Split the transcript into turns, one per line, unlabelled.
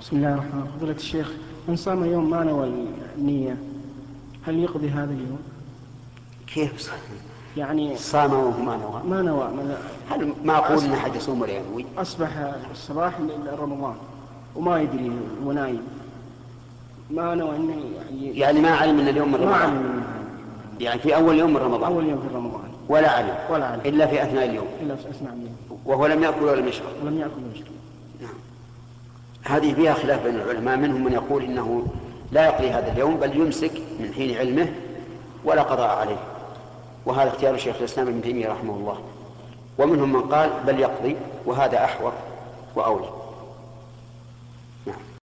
بسم الله الرحمن الرحيم فضيلة الشيخ من صام يوم ما نوى النية هل يقضي هذا اليوم؟
كيف صام؟
يعني
صام وهو ما نوى
ما نوى ما-
هل معقول ان احد يصوم ولا ينوي؟
أصبح الصباح ل- رمضان وما يدري هو نايم ما نوى أنه يعني
يعني ما علم ان اليوم من
ما
رمضان
علم
يعني في اول يوم من رمضان
أول يوم في رمضان
ولا علم
ولا علم.
الا في اثناء اليوم
إلا في أثناء اليوم
وهو لم ياكل ولم يشرب
ولم يأكل ويشرب
نعم. هذه فيها خلاف بين العلماء منهم من يقول انه لا يقضي هذا اليوم بل يمسك من حين علمه ولا قضاء عليه وهذا اختيار شيخ الاسلام ابن تيميه رحمه الله ومنهم من قال بل يقضي وهذا احوط واولى نعم.